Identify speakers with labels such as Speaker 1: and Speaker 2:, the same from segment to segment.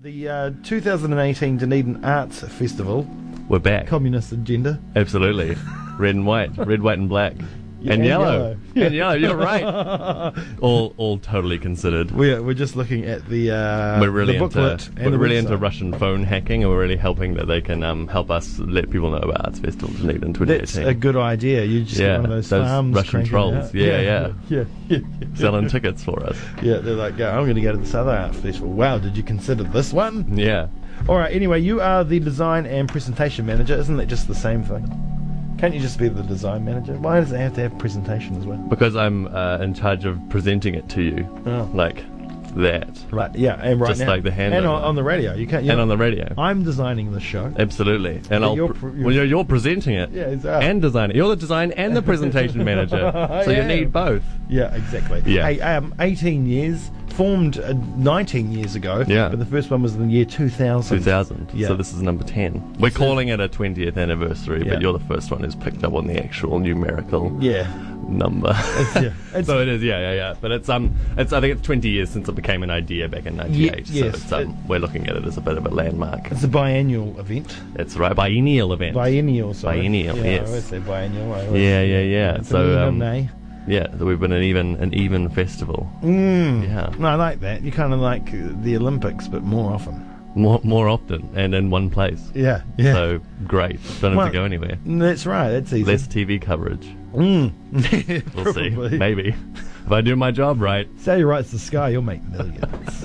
Speaker 1: The uh, 2018 Dunedin Arts Festival,
Speaker 2: We're back.
Speaker 1: communist agenda.
Speaker 2: Absolutely. Red and white. Red, white, and black. and,
Speaker 1: and
Speaker 2: yellow.
Speaker 1: yellow.
Speaker 2: And yellow. You're right. all, all totally considered.
Speaker 1: uh, We're, we're just looking at the uh,
Speaker 2: We're really
Speaker 1: the
Speaker 2: into
Speaker 1: booklet and
Speaker 2: we're
Speaker 1: the
Speaker 2: really into
Speaker 1: website.
Speaker 2: Russian phone hacking, and we're really helping that they can um, help us let people know about Arts Festival Dunedin
Speaker 1: That's
Speaker 2: 2018.
Speaker 1: a good idea. You just get
Speaker 2: Yeah,
Speaker 1: one of those,
Speaker 2: those
Speaker 1: farms
Speaker 2: Russian
Speaker 1: cranking it
Speaker 2: trolls.
Speaker 1: out.
Speaker 2: Yeah,
Speaker 1: yeah, yeah, yeah.
Speaker 2: Selling tickets for us.
Speaker 1: Yeah, they're like, "Yeah, I'm going to go to this other art festival. Wow, did you consider this one?
Speaker 2: Yeah.
Speaker 1: All right. Anyway, you are the design and presentation manager. Isn't that just the same thing? Can't you just be the design manager? Why does it have to have presentation as well?
Speaker 2: Because I'm uh, in charge of presenting it to you.
Speaker 1: Oh.
Speaker 2: Like that.
Speaker 1: Right. Yeah, and right
Speaker 2: Just
Speaker 1: now,
Speaker 2: like the hand
Speaker 1: and
Speaker 2: over.
Speaker 1: on, on the radio, you can't. you
Speaker 2: And
Speaker 1: know,
Speaker 2: on the radio.
Speaker 1: I'm designing the show.
Speaker 2: Absolutely. And I'll.
Speaker 1: you're
Speaker 2: You're,
Speaker 1: pr- you're-
Speaker 2: well, you're, you're presenting it.
Speaker 1: Yeah, it's uh, us.
Speaker 2: And designing. You're the design and the presentation manager.
Speaker 1: I
Speaker 2: So you
Speaker 1: am.
Speaker 2: need both.
Speaker 1: Yeah, exactly.
Speaker 2: Yeah.
Speaker 1: Hey, um, 18 years, formed uh, 19 years ago.
Speaker 2: Yeah.
Speaker 1: But the first one was in the year 2000.
Speaker 2: 2000.
Speaker 1: Yeah.
Speaker 2: So this is number 10. We're calling it a 20th anniversary,
Speaker 1: Yeah.
Speaker 2: but you're the first one who's picked up on the actual numerical
Speaker 1: Yeah.
Speaker 2: number.
Speaker 1: yeah. It's-
Speaker 2: so it is, yeah, yeah, yeah. But it's um, it's I think it's 20 years since it became an idea back in 98. so
Speaker 1: yes,
Speaker 2: it's, um, we're looking at it as a bit of a landmark.
Speaker 1: It's a biennial event.
Speaker 2: It's right biennial event.
Speaker 1: Biennial, sorry.
Speaker 2: Biennial,
Speaker 1: yeah, I
Speaker 2: yes.
Speaker 1: always say biennial. I always,
Speaker 2: yeah, yeah, yeah.
Speaker 1: It's an
Speaker 2: so
Speaker 1: even
Speaker 2: um,
Speaker 1: day.
Speaker 2: yeah, so we've been an even an even festival.
Speaker 1: Mm.
Speaker 2: Yeah,
Speaker 1: No, I like that. You kind of like uh, the Olympics, but more often.
Speaker 2: more more often and in one place.
Speaker 1: Yeah, yeah.
Speaker 2: So great. Don't have
Speaker 1: Well-
Speaker 2: to go anywhere.
Speaker 1: That's right. That's easy.
Speaker 2: Less TV coverage.
Speaker 1: Mm.
Speaker 2: We'll see.
Speaker 1: Probably.
Speaker 2: Maybe. If I do my job right.
Speaker 1: Cellulite's the sky, you'll make millions.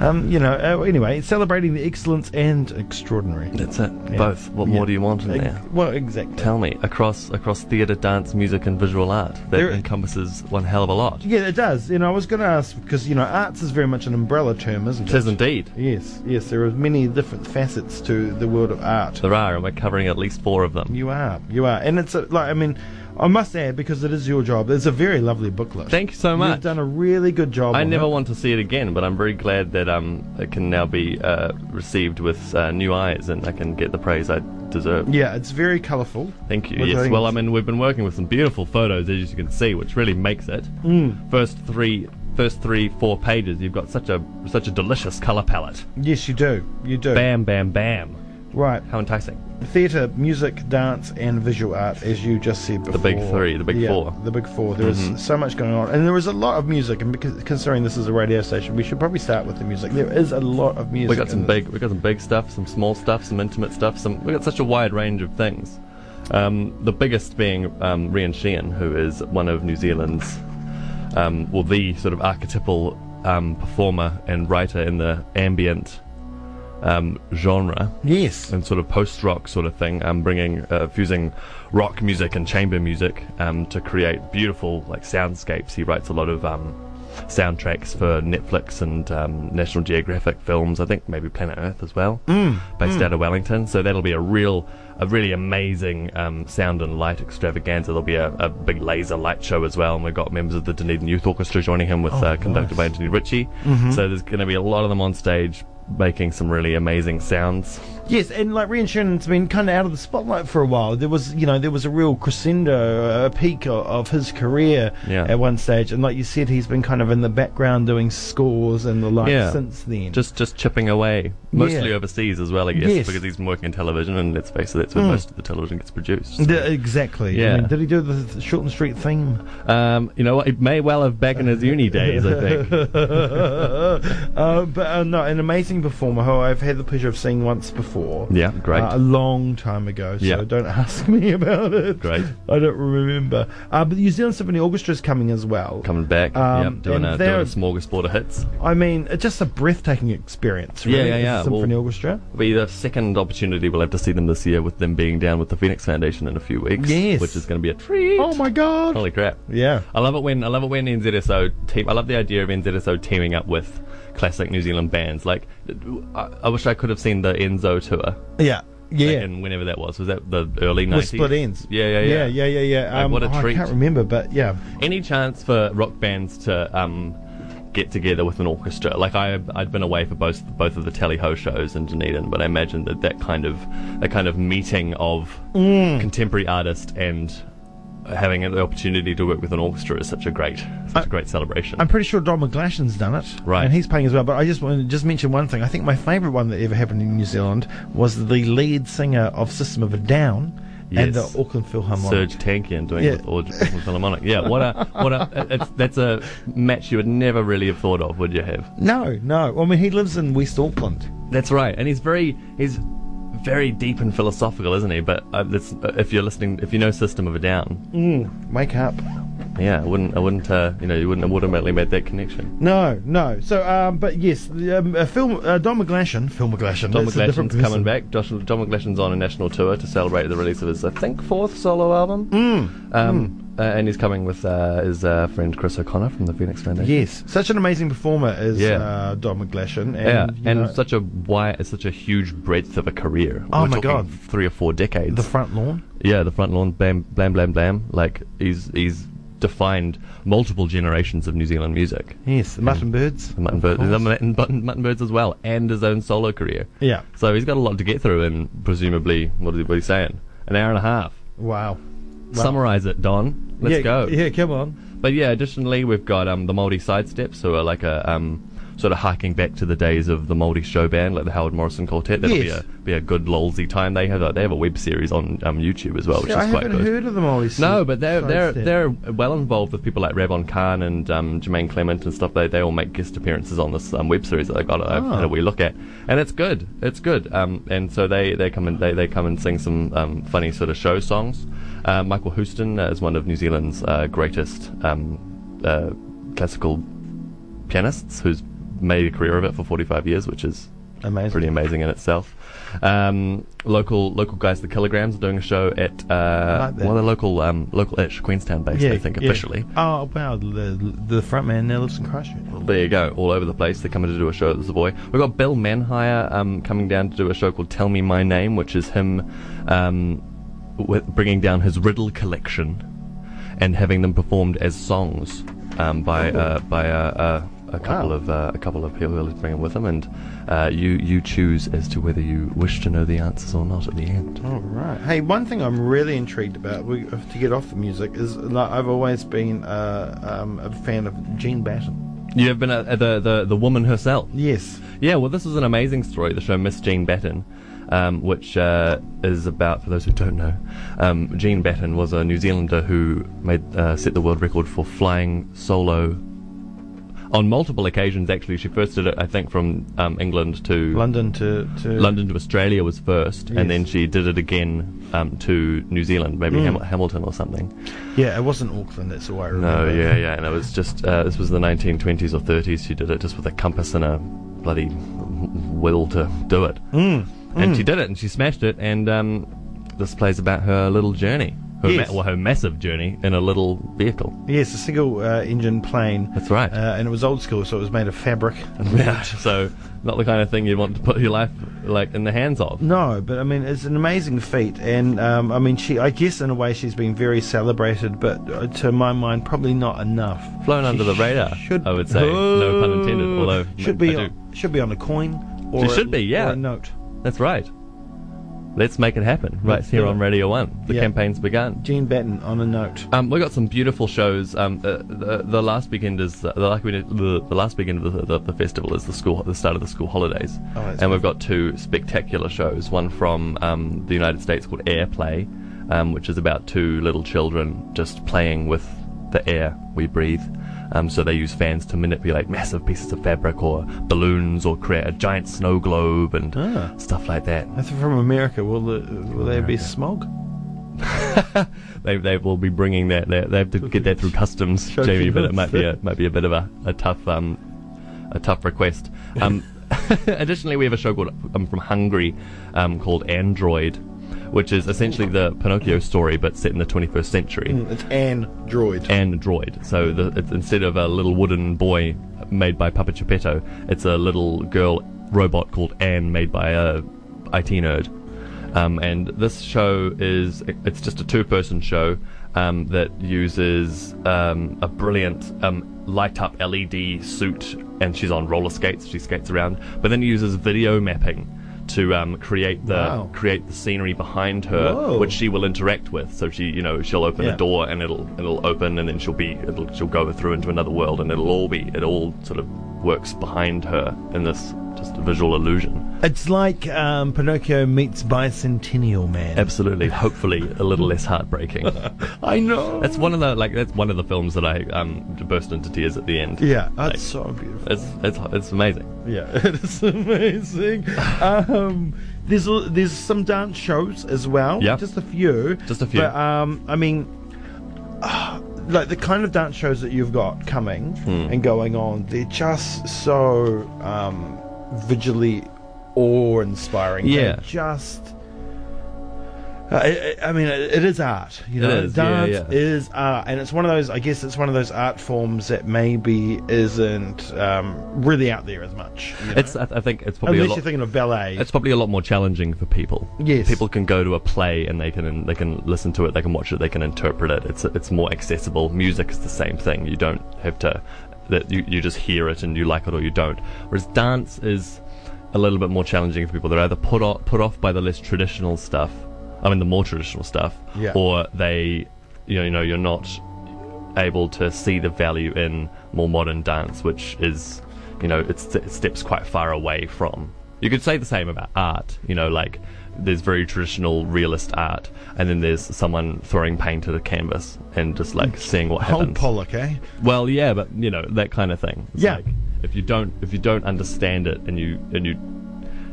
Speaker 1: um, you know, uh, anyway, it's celebrating the excellence and extraordinary.
Speaker 2: That's it.
Speaker 1: Yeah.
Speaker 2: Both. What
Speaker 1: Yeah.
Speaker 2: more do you want in
Speaker 1: Ex-
Speaker 2: there?
Speaker 1: Well, exactly.
Speaker 2: Tell me, across across theatre, dance, music, and visual art, that
Speaker 1: There-
Speaker 2: encompasses one hell of a lot.
Speaker 1: yeah, it does. You know, I was going to ask because you know, arts is very much an umbrella term, isn't
Speaker 2: It is
Speaker 1: it?
Speaker 2: indeed.
Speaker 1: Yes, yes. There are many different facets to the world of art.
Speaker 2: There are, and we're covering at least four of them.
Speaker 1: You are, you are, and it's a, like I mean, I must add because it is your job. It's a very lovely booklet.
Speaker 2: Thank you so much.
Speaker 1: You've done a really good job.
Speaker 2: I
Speaker 1: on
Speaker 2: never
Speaker 1: it.
Speaker 2: want to see it again, but I'm very glad that um, it can now be uh, received with uh, new eyes, and I can get the praise I deserve.
Speaker 1: Yeah, it's very colourful.
Speaker 2: Thank you.
Speaker 1: Well,
Speaker 2: yes.
Speaker 1: thanks.
Speaker 2: Well, I mean, we've been working with some beautiful photos, as you can see, which really makes it. Mm. First three, first three, four pages. You've got such a such a delicious color palette.
Speaker 1: Yes, you do. You do.
Speaker 2: Bam, bam, bam.
Speaker 1: Right.
Speaker 2: How enticing!
Speaker 1: theatre, music, dance, and visual art, as you just said before.
Speaker 2: big three, the big
Speaker 1: Yeah,
Speaker 2: four. Mm-hmm.
Speaker 1: The big four. There is so much going on, and there is a lot of music. And because, considering this is a radio station, we should probably start with the music. There is a lot of music.
Speaker 2: We got
Speaker 1: in
Speaker 2: some
Speaker 1: this.
Speaker 2: big, we got some big stuff, some small stuff, some intimate stuff. Some we got such a wide range of things. Um, the biggest being um, Rhian Sheehan, who is one of New Zealand's, um, well, the sort of archetypal um, performer and writer in the ambient um, genre.
Speaker 1: Yes.
Speaker 2: and sort of post rock sort of thing. um, bringing uh, fusing rock music and chamber music um, to create beautiful like soundscapes. He writes a lot of um, soundtracks for Netflix and um, National Geographic films. I think maybe Planet Earth as well, mm, based out of Wellington. So that'll be a real, a really amazing um, sound and light extravaganza. There'll be a, a big laser light show as well, and we've got members of the Dunedin Youth Orchestra joining him with uh, conducted by Anthony Ritchie. So there's going to be a lot of them on stage. Making some really amazing sounds.
Speaker 1: Yes, and like Rhian Shannon's been kind of out of the spotlight for a while. There was, you know, there was a real crescendo, a peak of, of his career
Speaker 2: Yeah.
Speaker 1: at one stage, and like you said, he's been kind of in the background doing scores and the like
Speaker 2: Yeah.
Speaker 1: since then.
Speaker 2: just just chipping away, mostly
Speaker 1: Yeah.
Speaker 2: overseas as well, I guess,
Speaker 1: Yes. Hmm.
Speaker 2: because he's working in television, and let's face it, that's where most of the television gets produced.
Speaker 1: D- exactly. I
Speaker 2: Yeah.
Speaker 1: mean, did he do the, the Shorten Street theme?
Speaker 2: Um, you know, what, it may well have back in his uni days, I think.
Speaker 1: uh, but uh, no, an amazing performer who I've had the pleasure of seeing once before.
Speaker 2: Yeah, great.
Speaker 1: Uh, a long time ago, so
Speaker 2: Yeah.
Speaker 1: don't ask me about it.
Speaker 2: Great.
Speaker 1: I don't remember. Uh, but the New Zealand Symphony Orchestra is coming as well.
Speaker 2: Coming back,
Speaker 1: Um,
Speaker 2: yep, doing
Speaker 1: and
Speaker 2: a, doing
Speaker 1: they're-
Speaker 2: a smorgasbord of hits.
Speaker 1: I mean, it's just a breathtaking experience,
Speaker 2: Yeah,
Speaker 1: really.
Speaker 2: yeah,
Speaker 1: the
Speaker 2: yeah.
Speaker 1: Symphony
Speaker 2: Well-
Speaker 1: Orchestra.
Speaker 2: It'll be the second opportunity we'll have to see them this year, with them being down with the Phoenix Foundation in a few weeks.
Speaker 1: Yes.
Speaker 2: which is going to be a treat.
Speaker 1: Oh my god.
Speaker 2: Holy crap!
Speaker 1: Yeah.
Speaker 2: I love it when I love it when NZSO team. I love the idea of NZSO teaming up with classic New Zealand bands. Like, I, I wish I could have seen the Enzo tour.
Speaker 1: Yeah. Yeah.
Speaker 2: back in whenever that was. Was that the early
Speaker 1: With
Speaker 2: nineties?
Speaker 1: split ends.
Speaker 2: Yeah, yeah, yeah.
Speaker 1: Yeah, yeah, yeah, yeah.
Speaker 2: Like,
Speaker 1: Um,
Speaker 2: what a
Speaker 1: oh, I
Speaker 2: treat.
Speaker 1: can't remember, but yeah.
Speaker 2: Any chance for rock bands to um, get together with an orchestra? Like I, I'd been away for both both of the Tally Ho shows in Dunedin, but I imagine
Speaker 1: Mm.
Speaker 2: that that kind of that kind of meeting of contemporary artist and having the opportunity to work with an orchestra is such a great, such
Speaker 1: I-
Speaker 2: a great celebration.
Speaker 1: I'm pretty sure Don McGlashan's done it,
Speaker 2: Right.
Speaker 1: And he's playing as well. But I just want to just mention one thing. I think my favourite one that ever happened in New Zealand was the lead singer of System of a Down and
Speaker 2: Yes.
Speaker 1: the Auckland Philharmonic.
Speaker 2: Serge Tankian doing
Speaker 1: Yeah.
Speaker 2: it with Orchard Auckland Philharmonic. Yeah, what a what a it's, that's a match you would never really have thought of, would you have?
Speaker 1: No, no. I mean, he lives in West Auckland.
Speaker 2: That's right, and he's very he's very deep and philosophical, isn't he? But uh, that's, uh, if you're listening, if you know System of a Down,
Speaker 1: Wake up.
Speaker 2: yeah, I wouldn't I wouldn't uh, you know you wouldn't have automatically made that connection.
Speaker 1: No, no. So, um, but yes, the, um, uh, Phil, uh, Don McGlashan, Phil McGlashan.
Speaker 2: John
Speaker 1: that's a different
Speaker 2: McGlashan's
Speaker 1: person.
Speaker 2: coming back. Josh, John McGlashan's on a national tour to celebrate the release of his, I think, fourth solo album.
Speaker 1: Hmm.
Speaker 2: Um, uh, and he's coming with uh, his uh, friend Chris O'Connor from the Phoenix Foundation.
Speaker 1: Yes, such an amazing performer is
Speaker 2: Yeah.
Speaker 1: uh, Don McGlashan. And,
Speaker 2: Yeah,
Speaker 1: you
Speaker 2: and
Speaker 1: know,
Speaker 2: such a wide, it's such a huge breadth of a career.
Speaker 1: Oh
Speaker 2: We're
Speaker 1: my
Speaker 2: talking
Speaker 1: God.
Speaker 2: three or four decades.
Speaker 1: the front lawn.
Speaker 2: yeah, the front lawn, blam, blam, blam, blam. Like he's he's defined multiple generations of New Zealand music.
Speaker 1: Yes, the Mutton Birds.
Speaker 2: The Mutton,
Speaker 1: of
Speaker 2: Bird,
Speaker 1: course.
Speaker 2: the Mutton, Mutton, Mutton Birds as well, and his own solo career.
Speaker 1: Yeah.
Speaker 2: So he's got a lot to get through, and presumably, what is he, what he's saying? An hour and a half.
Speaker 1: Wow. Wow.
Speaker 2: Summarize it, Don. Let's
Speaker 1: yeah,
Speaker 2: go.
Speaker 1: Yeah, come on.
Speaker 2: But yeah, additionally, we've got um, the Māori sidesteps, who are like a um, sort of harking back to the days of the Māori show band, like the Howard Morrison Quartet. That'll
Speaker 1: Yes.
Speaker 2: be a be a good lolsy time. They have a, they have a web series on um, YouTube as well, which
Speaker 1: Yeah, I
Speaker 2: is quite
Speaker 1: haven't
Speaker 2: good.
Speaker 1: heard of them all. these
Speaker 2: No, but they're they're
Speaker 1: sidestep.
Speaker 2: they're well involved with people like Rabon Khan and um, Jermaine Clement and stuff. They they all make guest appearances on this um, web series that I got that I've
Speaker 1: Ah.
Speaker 2: had a wee look at, and it's good. It's good. Um, and so they, they come and they, they come and sing some um, funny sort of show songs. Uh, Michael Houston uh, is one of New Zealand's uh, greatest um, uh, classical pianists, who's made a career of it for 45 years, which is
Speaker 1: amazing.
Speaker 2: pretty amazing in itself. Um, local local guys, the Kilograms, are doing a show at uh,
Speaker 1: like that.
Speaker 2: well, they're local um, local ish Queenstown based, I think
Speaker 1: yeah.
Speaker 2: officially.
Speaker 1: Oh wow, the the front man now lives in Christchurch.
Speaker 2: There you go, all over the place. They're coming to do a show at the Savoy. We've got Bill Manhire um, coming down to do a show called Tell Me My Name, which is him um, with bringing down his riddle collection and having them performed as songs um, by uh, by uh, uh, a couple
Speaker 1: Wow.
Speaker 2: of uh, a couple of people who bring them with them, and uh, you you choose as to whether you wish to know the answers or not at the end.
Speaker 1: All right. Hey, one thing I'm really intrigued about we, uh, to get off the music is like, I've always been uh, um, a fan of Jean Batten.
Speaker 2: You have been uh, the the the woman herself.
Speaker 1: Yes.
Speaker 2: Yeah, well, this is an amazing story. The show Miss Jean Batten, um, which uh, is about for those who don't know, um, Jean Batten was a New Zealander who made uh, set the world record for flying solo. On multiple occasions, actually, she first did it, I think, from um, England to
Speaker 1: London to to
Speaker 2: London to Australia was first,
Speaker 1: Yes. Mm.
Speaker 2: and then she did it again um, to New Zealand, maybe Ham- Hamilton or something.
Speaker 1: Yeah, it wasn't Auckland. That's all I
Speaker 2: No,
Speaker 1: remember.
Speaker 2: yeah, yeah, and it was just uh, this was the 1920s or 30s. She did it just with a compass and a bloody will to do it, mm, and she did it, and she smashed it. And um, this plays about her little journey, her
Speaker 1: Yes.
Speaker 2: ma- well, her massive journey in a little vehicle.
Speaker 1: Yes, a single uh, engine plane.
Speaker 2: That's right.
Speaker 1: Uh, and it was old school, so it was made of fabric.
Speaker 2: Yeah, so not the kind of thing you want to put your life like in the hands of.
Speaker 1: No, but I mean, it's an amazing feat, and um, I mean, she. I guess in a way, she's been very celebrated, but uh, to my mind, probably not enough.
Speaker 2: Flown
Speaker 1: She
Speaker 2: under the radar,
Speaker 1: should- Oh,
Speaker 2: I would say. No pun intended. Although
Speaker 1: should
Speaker 2: I
Speaker 1: be
Speaker 2: do.
Speaker 1: on, should be on a coin. Or
Speaker 2: She should be, yeah.
Speaker 1: Or a note.
Speaker 2: That's right. Let's make it happen. Right
Speaker 1: Let's
Speaker 2: here
Speaker 1: do
Speaker 2: on
Speaker 1: it.
Speaker 2: Radio One. The
Speaker 1: Yeah.
Speaker 2: campaign's begun.
Speaker 1: Jean Batten on a note.
Speaker 2: Um, we got some beautiful shows. Um, uh, the, the last weekend is the, the, like we did- the, the last weekend of the, the, the festival is the school the start of the school holidays,
Speaker 1: Oh, that's
Speaker 2: and we've got two spectacular shows. One from um, the United States called Airplay, um, which is about two little children just playing with the air we breathe. Um, so they use fans to manipulate massive pieces of fabric or balloons or create a giant snow globe and
Speaker 1: Ah.
Speaker 2: stuff like that.
Speaker 1: That's from America. Will the, will there be smog?
Speaker 2: They, they will be bringing that. They, they have to get that through customs,
Speaker 1: Show
Speaker 2: Jamie. But it
Speaker 1: clearance.
Speaker 2: might be a might be a bit of a, a tough um, a tough request. Um, additionally, we have a show called um, from Hungary um, called Android, which is essentially the Pinocchio story but set in the 21st century.
Speaker 1: Mm, It's android.
Speaker 2: Android. So the, it's, instead of a little wooden boy made by Papa Geppetto, it's a little girl robot called Anne made by a IT nerd. Um, and this show is it's just a two-person show um, that uses um, a brilliant um, light-up LED suit, and she's on roller skates. She skates around, but then uses video mapping to um, create the
Speaker 1: Wow.
Speaker 2: create the scenery behind her,
Speaker 1: Whoa.
Speaker 2: which she will interact with. So she, you know, she'll open
Speaker 1: Yeah.
Speaker 2: a door and it'll it'll open, and then she'll be it'll, she'll go through into another world, and it'll all be it all sort of works behind her in this just visual illusion.
Speaker 1: It's like um, Pinocchio meets Bicentennial Man.
Speaker 2: Absolutely, hopefully, a little less heartbreaking.
Speaker 1: I know.
Speaker 2: That's one of the like that's one of the films that I um, burst into tears at the end.
Speaker 1: yeah, that's
Speaker 2: Like,
Speaker 1: so beautiful.
Speaker 2: It's it's it's amazing.
Speaker 1: Yeah, it's amazing. um, there's al- there's some dance shows as well.
Speaker 2: Yeah.
Speaker 1: just a few.
Speaker 2: Just a few.
Speaker 1: But um, I mean, like the kind of dance shows that you've got coming
Speaker 2: Hmm.
Speaker 1: and going on, they're just so um, visually awe-inspiring. They're
Speaker 2: Yeah.
Speaker 1: just. I, I I mean, it it is art. You know,
Speaker 2: is, yeah,
Speaker 1: dance
Speaker 2: yeah.
Speaker 1: is art, and it's one of those. I guess it's one of those art forms that maybe isn't um, really out there as much. you know?
Speaker 2: It's I, I think it's probably
Speaker 1: unless
Speaker 2: a lot.
Speaker 1: you're thinking of ballet.
Speaker 2: It's probably a lot more challenging for people.
Speaker 1: Yes.
Speaker 2: people can go to a play and they can they can listen to it, they can watch it, they can interpret it. It's it's more accessible. Music is the same thing. You don't have to that you, you just hear it and you like it or you don't. Whereas dance is a little bit more challenging for people. They're either put off put off by the less traditional stuff. I mean the more traditional stuff,
Speaker 1: Yeah.
Speaker 2: or they you know, you know you're not able to see the value in more modern dance, which is, you know, it's, it steps quite far away from. You could say the same about art, you know, like there's very traditional realist art, and then there's someone throwing paint at a canvas and just like seeing what
Speaker 1: Hmm. whole
Speaker 2: happens.
Speaker 1: Pollock, eh?
Speaker 2: well, yeah, but you know that kind of thing. It's
Speaker 1: Yeah.
Speaker 2: Like, if you don't, if you don't understand it, and you and you,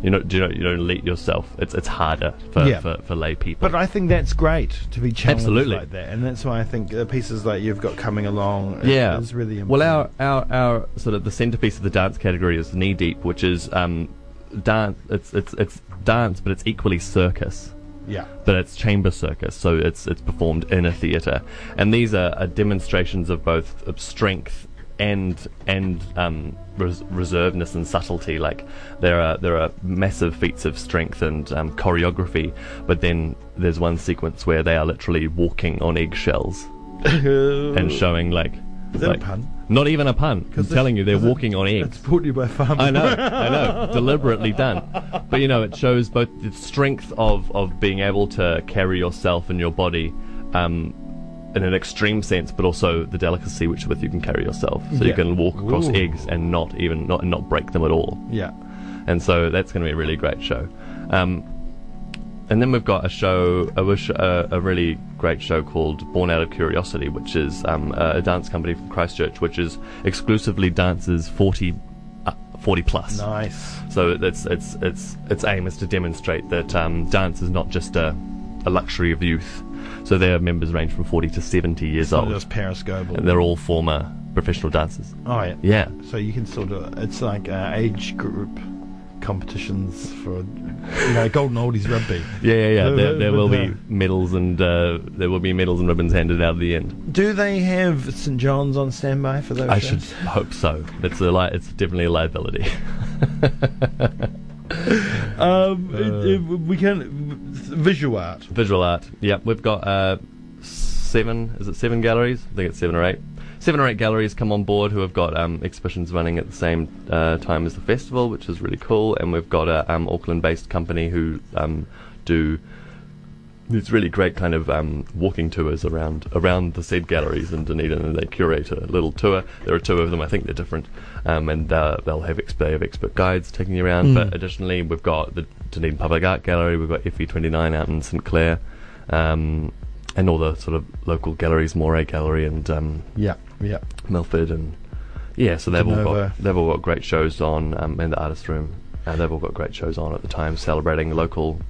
Speaker 2: you know, you know, you don't let yourself. It's it's harder for
Speaker 1: Yeah.
Speaker 2: for, for lay people.
Speaker 1: But I think that's great to be challenged
Speaker 2: Absolutely.
Speaker 1: like that, and that's why I think the pieces that you've got coming along is,
Speaker 2: yeah
Speaker 1: is really important.
Speaker 2: well our, our our sort of the centerpiece of the dance category is knee deep which is um dance it's it's it's dance but it's equally circus
Speaker 1: yeah,
Speaker 2: but it's chamber circus, so it's it's performed in a theatre, and these are, are demonstrations of both of strength and and um, res- reservedness and subtlety. Like there are there are massive feats of strength and um, choreography, but then there's one sequence where they are literally walking on eggshells and showing like.
Speaker 1: Is that a
Speaker 2: like-
Speaker 1: pun?
Speaker 2: Not even a pun. I'm
Speaker 1: this-
Speaker 2: telling you, they're
Speaker 1: is it-
Speaker 2: walking on eggs.
Speaker 1: it's brought to you by Farm.
Speaker 2: I know, I know, deliberately done. But you know, it shows both the strength of of being able to carry yourself and your body. Um, in an extreme sense, but also the delicacy which with you can carry yourself, so
Speaker 1: Yeah.
Speaker 2: you can walk across
Speaker 1: Ooh.
Speaker 2: eggs and not even not not break them at all.
Speaker 1: Yeah,
Speaker 2: And so that's going to be a really great show. Um, and then we've got a show, a, wish- a, a really great show called Born Out of Curiosity, which is um, a a dance company from Christchurch, which is exclusively dances 40, uh, 40 plus.
Speaker 1: nice.
Speaker 2: So its its its its aim is to demonstrate that um, dance is not just a, a luxury of youth. So their members range from 40 to 70 years
Speaker 1: Not
Speaker 2: old,
Speaker 1: just Paris Goebel.
Speaker 2: and they're all former professional dancers.
Speaker 1: Oh yeah.
Speaker 2: Yeah.
Speaker 1: So you can still do it. It's like uh, age group competitions for you know golden oldies rugby.
Speaker 2: Yeah, yeah, yeah.
Speaker 1: No,
Speaker 2: There,
Speaker 1: no,
Speaker 2: there
Speaker 1: but
Speaker 2: will be
Speaker 1: no.
Speaker 2: medals and uh, there will be medals and ribbons handed out at the end.
Speaker 1: Do they have St John's on standby for those?
Speaker 2: I should
Speaker 1: shows?
Speaker 2: hope so. It's a li- it's definitely a liability.
Speaker 1: Um, it- it- we can visual art.
Speaker 2: Visual art. Yeah, we've got uh, seven. Is it seven galleries? I think it's seven or eight. Seven or eight galleries come on board who have got um, exhibitions running at the same uh, time as the festival, which is really cool. And we've got a um, Auckland-based company who um, do these really great kind of um, walking tours around around the said galleries in Dunedin, and they curate a little tour. There are two of them. I think they're different, um, and uh, they'll have ex- they have expert guides taking you around. But additionally, we've got the Dunedin Public Art Gallery. We've got FE29 out in St Clair, um, and all the sort of local galleries, Moray Gallery and um,
Speaker 1: Yeah, yeah.
Speaker 2: Milford, and yeah. So they've all
Speaker 1: Genova.
Speaker 2: got they've all got great shows on um, in the artist room. Uh, they've all got great shows on at the time, celebrating local.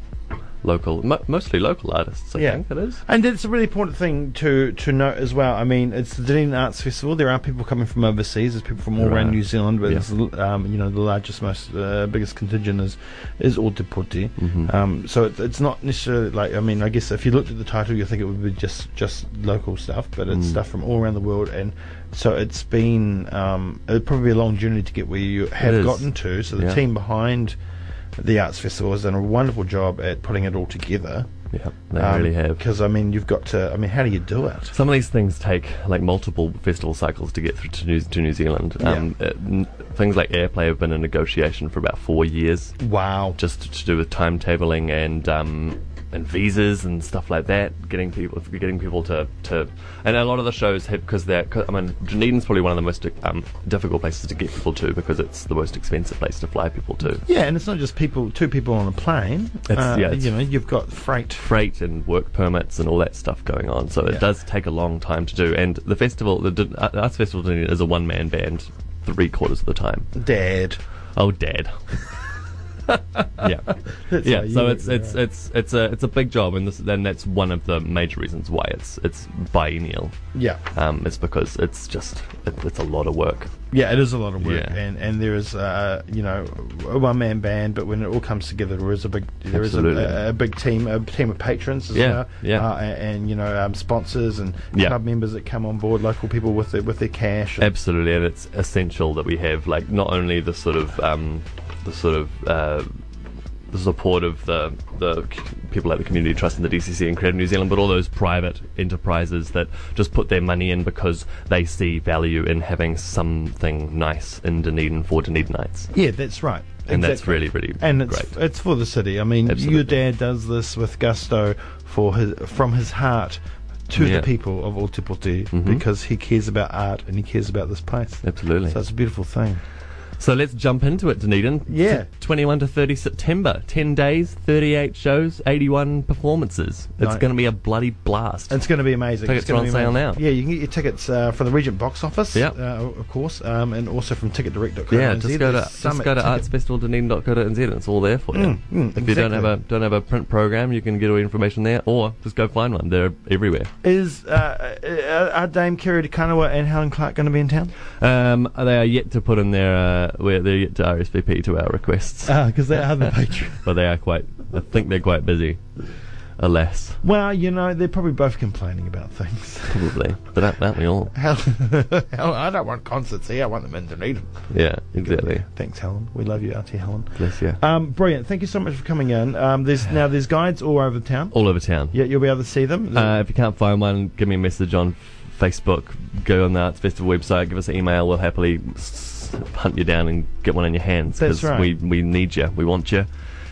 Speaker 2: Local, mo- mostly local artists, I
Speaker 1: Yeah.
Speaker 2: think it is.
Speaker 1: And it's a really important thing to, to note as well. I mean, it's the Dunedin Arts Festival. There are people coming from overseas. There's people from all
Speaker 2: Right.
Speaker 1: around New Zealand, but
Speaker 2: Yeah.
Speaker 1: it's, um, you know the largest, most uh, biggest contingent is is all Deporte.
Speaker 2: Mhm.
Speaker 1: Um, so it's, it's not necessarily like I mean, I guess if you looked at the title, you think it would be just just local stuff, but it's
Speaker 2: Mm.
Speaker 1: stuff from all around the world. And so it's been um, it'll probably be a long journey to get where you have
Speaker 2: is.
Speaker 1: gotten to. So the
Speaker 2: Yeah.
Speaker 1: team behind the Arts Festival has done a wonderful job at putting it all together.
Speaker 2: Yeah, they really have.
Speaker 1: Because Um, I mean, you've got to. I mean, how do you do it?
Speaker 2: Some of these things take like multiple festival cycles to get through to New, to New Zealand. Um, it- n- things like airplay have been in negotiation for about four years,
Speaker 1: Wow.
Speaker 2: just to do with timetabling and um, and visas and stuff like that. Getting people, getting people to, to and a lot of the shows have because they're. 'cause, I mean, Dunedin's probably one of the most um, difficult places to get people to because it's the most expensive place to fly people to.
Speaker 1: Yeah, and it's not just people, two people on a plane.
Speaker 2: It's-
Speaker 1: Uh,
Speaker 2: yeah, it's-
Speaker 1: you know, you've got freight.
Speaker 2: freight and work permits and all that stuff going on. So
Speaker 1: Yeah.
Speaker 2: it does take a long time to do. And the festival, the D- uh, Arts Festival Dunedin is a one man band three quarters of the time.
Speaker 1: Dad.
Speaker 2: Oh, dad. yeah,
Speaker 1: That's how
Speaker 2: yeah.
Speaker 1: you
Speaker 2: So
Speaker 1: make
Speaker 2: it's
Speaker 1: it,
Speaker 2: it's
Speaker 1: right.
Speaker 2: it's it's a it's a big job, and this, then that's one of the major reasons why it's it's biennial.
Speaker 1: Yeah.
Speaker 2: Um, it's because it's just it, it's a lot of work.
Speaker 1: Yeah, it is a lot of work,
Speaker 2: Yeah.
Speaker 1: and and there is, uh, you know, a one man band. But when it all comes together, there is a big, there is
Speaker 2: Absolutely.
Speaker 1: a, a big team, a team of patrons, as
Speaker 2: Yeah,
Speaker 1: well,
Speaker 2: yeah.
Speaker 1: uh, and, and you know, um, sponsors and
Speaker 2: Yeah.
Speaker 1: club members that come on board, local people with their, with their cash. and-
Speaker 2: Absolutely, and it's essential that we have like not only the sort of um, the sort of uh, the support of the the c- people like the Community Trust and the DCC and Creative New Zealand, but all those private enterprises that just put their money in because they see value in having something nice in Dunedin for Dunedinites,
Speaker 1: yeah, that's right.
Speaker 2: and that's
Speaker 1: Exactly.
Speaker 2: really really
Speaker 1: and it's
Speaker 2: great.
Speaker 1: it's for the city. I mean, your
Speaker 2: Absolutely.
Speaker 1: dad does this with gusto for his from his heart to
Speaker 2: Yeah. Mm-hmm.
Speaker 1: the people of Ultiporti because he cares about art and he cares about this place.
Speaker 2: Absolutely.
Speaker 1: So it's a beautiful thing.
Speaker 2: So let's jump into it, Dunedin.
Speaker 1: Yeah.
Speaker 2: T- 21 to 30 September. 10 days, 38 shows, 81 performances. It's
Speaker 1: Nice.
Speaker 2: going to be a bloody blast.
Speaker 1: It's going to be amazing.
Speaker 2: Tickets
Speaker 1: It's gonna
Speaker 2: are on
Speaker 1: be
Speaker 2: sale
Speaker 1: amazing.
Speaker 2: now.
Speaker 1: Yeah, you can get your tickets uh, from the Regent box office,
Speaker 2: Yeah.
Speaker 1: uh, of course, um, and also from ticketdirect.co.nz.
Speaker 2: Yeah, just go to
Speaker 1: There's
Speaker 2: just
Speaker 1: Summit
Speaker 2: go to
Speaker 1: ticket-
Speaker 2: artsfestivaldunedin.co.nz. and It's all there for you.
Speaker 1: mm,
Speaker 2: if you don't
Speaker 1: exactly.
Speaker 2: have a don't have a print program, you can get all your information there, or just go find one. They're everywhere.
Speaker 1: Is uh, uh, are Dame Kerry Kanawa and Helen Clark going to be in town?
Speaker 2: Um, they are yet to put in their uh, where they're yet to RSVP to our requests,
Speaker 1: Because Ah, they are the patrons.
Speaker 2: but they are quite. I think they're quite busy. Alas,
Speaker 1: Well, you know, they're probably both complaining about things.
Speaker 2: probably. But aren't, aren't we all?
Speaker 1: Hel- Hel- I don't want concerts here. I want them in Dunedin.
Speaker 2: Yeah, exactly.
Speaker 1: Thanks, Helen. We love you out here, Helen.
Speaker 2: Bless you.
Speaker 1: Um, brilliant. Thank you so much for coming in. Um, there's now there's guides all over town.
Speaker 2: All over town.
Speaker 1: Yeah, you'll be able to see them.
Speaker 2: Uh, if you can't find one, give me a message on Facebook. Go on the Arts Festival website. Give us an email. We'll happily s- hunt you down and get one in your hands
Speaker 1: That's right.
Speaker 2: we we need you. We want you,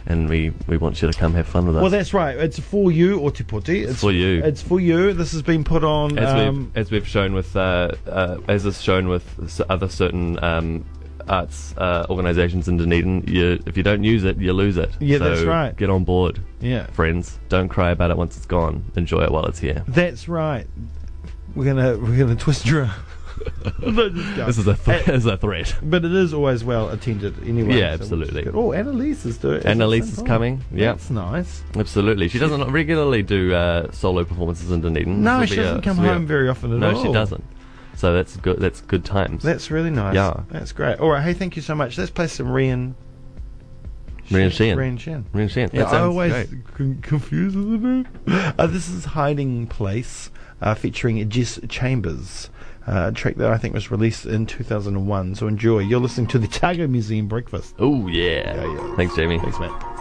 Speaker 2: and we we want you to come have fun with us.
Speaker 1: Well, that's right. It's for you, Otipoti. It's
Speaker 2: for you.
Speaker 1: It's for you. This has been put on.
Speaker 2: as
Speaker 1: Um,
Speaker 2: we've as we've shown with uh, uh, as is shown with s- other certain. Um, Arts uh, organisations in Dunedin. You, if you don't use it, you lose it.
Speaker 1: Yeah,
Speaker 2: so
Speaker 1: that's right.
Speaker 2: Get on board,
Speaker 1: yeah,
Speaker 2: friends. Don't cry about it once it's gone. Enjoy it while it's here.
Speaker 1: that's right. We're gonna we're gonna twist your. arm. No, just go.
Speaker 2: This is a th-
Speaker 1: Uh,
Speaker 2: this is a threat.
Speaker 1: but it is always well attended anyway.
Speaker 2: Yeah,
Speaker 1: so which is
Speaker 2: absolutely.
Speaker 1: good. Oh, Annalise is doing. Oh,
Speaker 2: Annalise is coming. Yeah.
Speaker 1: That's nice.
Speaker 2: Absolutely. She doesn't regularly do uh, solo performances in Dunedin.
Speaker 1: No,
Speaker 2: This
Speaker 1: she
Speaker 2: will Mm, be a-
Speaker 1: doesn't
Speaker 2: this
Speaker 1: come
Speaker 2: will be a-
Speaker 1: home very often at all.
Speaker 2: No, she doesn't. So that's good. That's good times.
Speaker 1: That's really nice.
Speaker 2: Yeah.
Speaker 1: That's great. All right. Hey, thank you so much. Let's play some Rian.
Speaker 2: Rian Shan.
Speaker 1: Rian Shan.
Speaker 2: Rin Shan.
Speaker 1: Yeah,
Speaker 2: that
Speaker 1: I
Speaker 2: sounds
Speaker 1: always
Speaker 2: great.
Speaker 1: con- confuse the name. Uh, this is Hiding Place, uh, featuring Jess Chambers, uh, a track that I think was released in 2001. So enjoy. You're listening to the Tago Museum Breakfast.
Speaker 2: Oh yeah.
Speaker 1: yeah.
Speaker 2: Thanks, Jamie.
Speaker 1: Thanks, mate.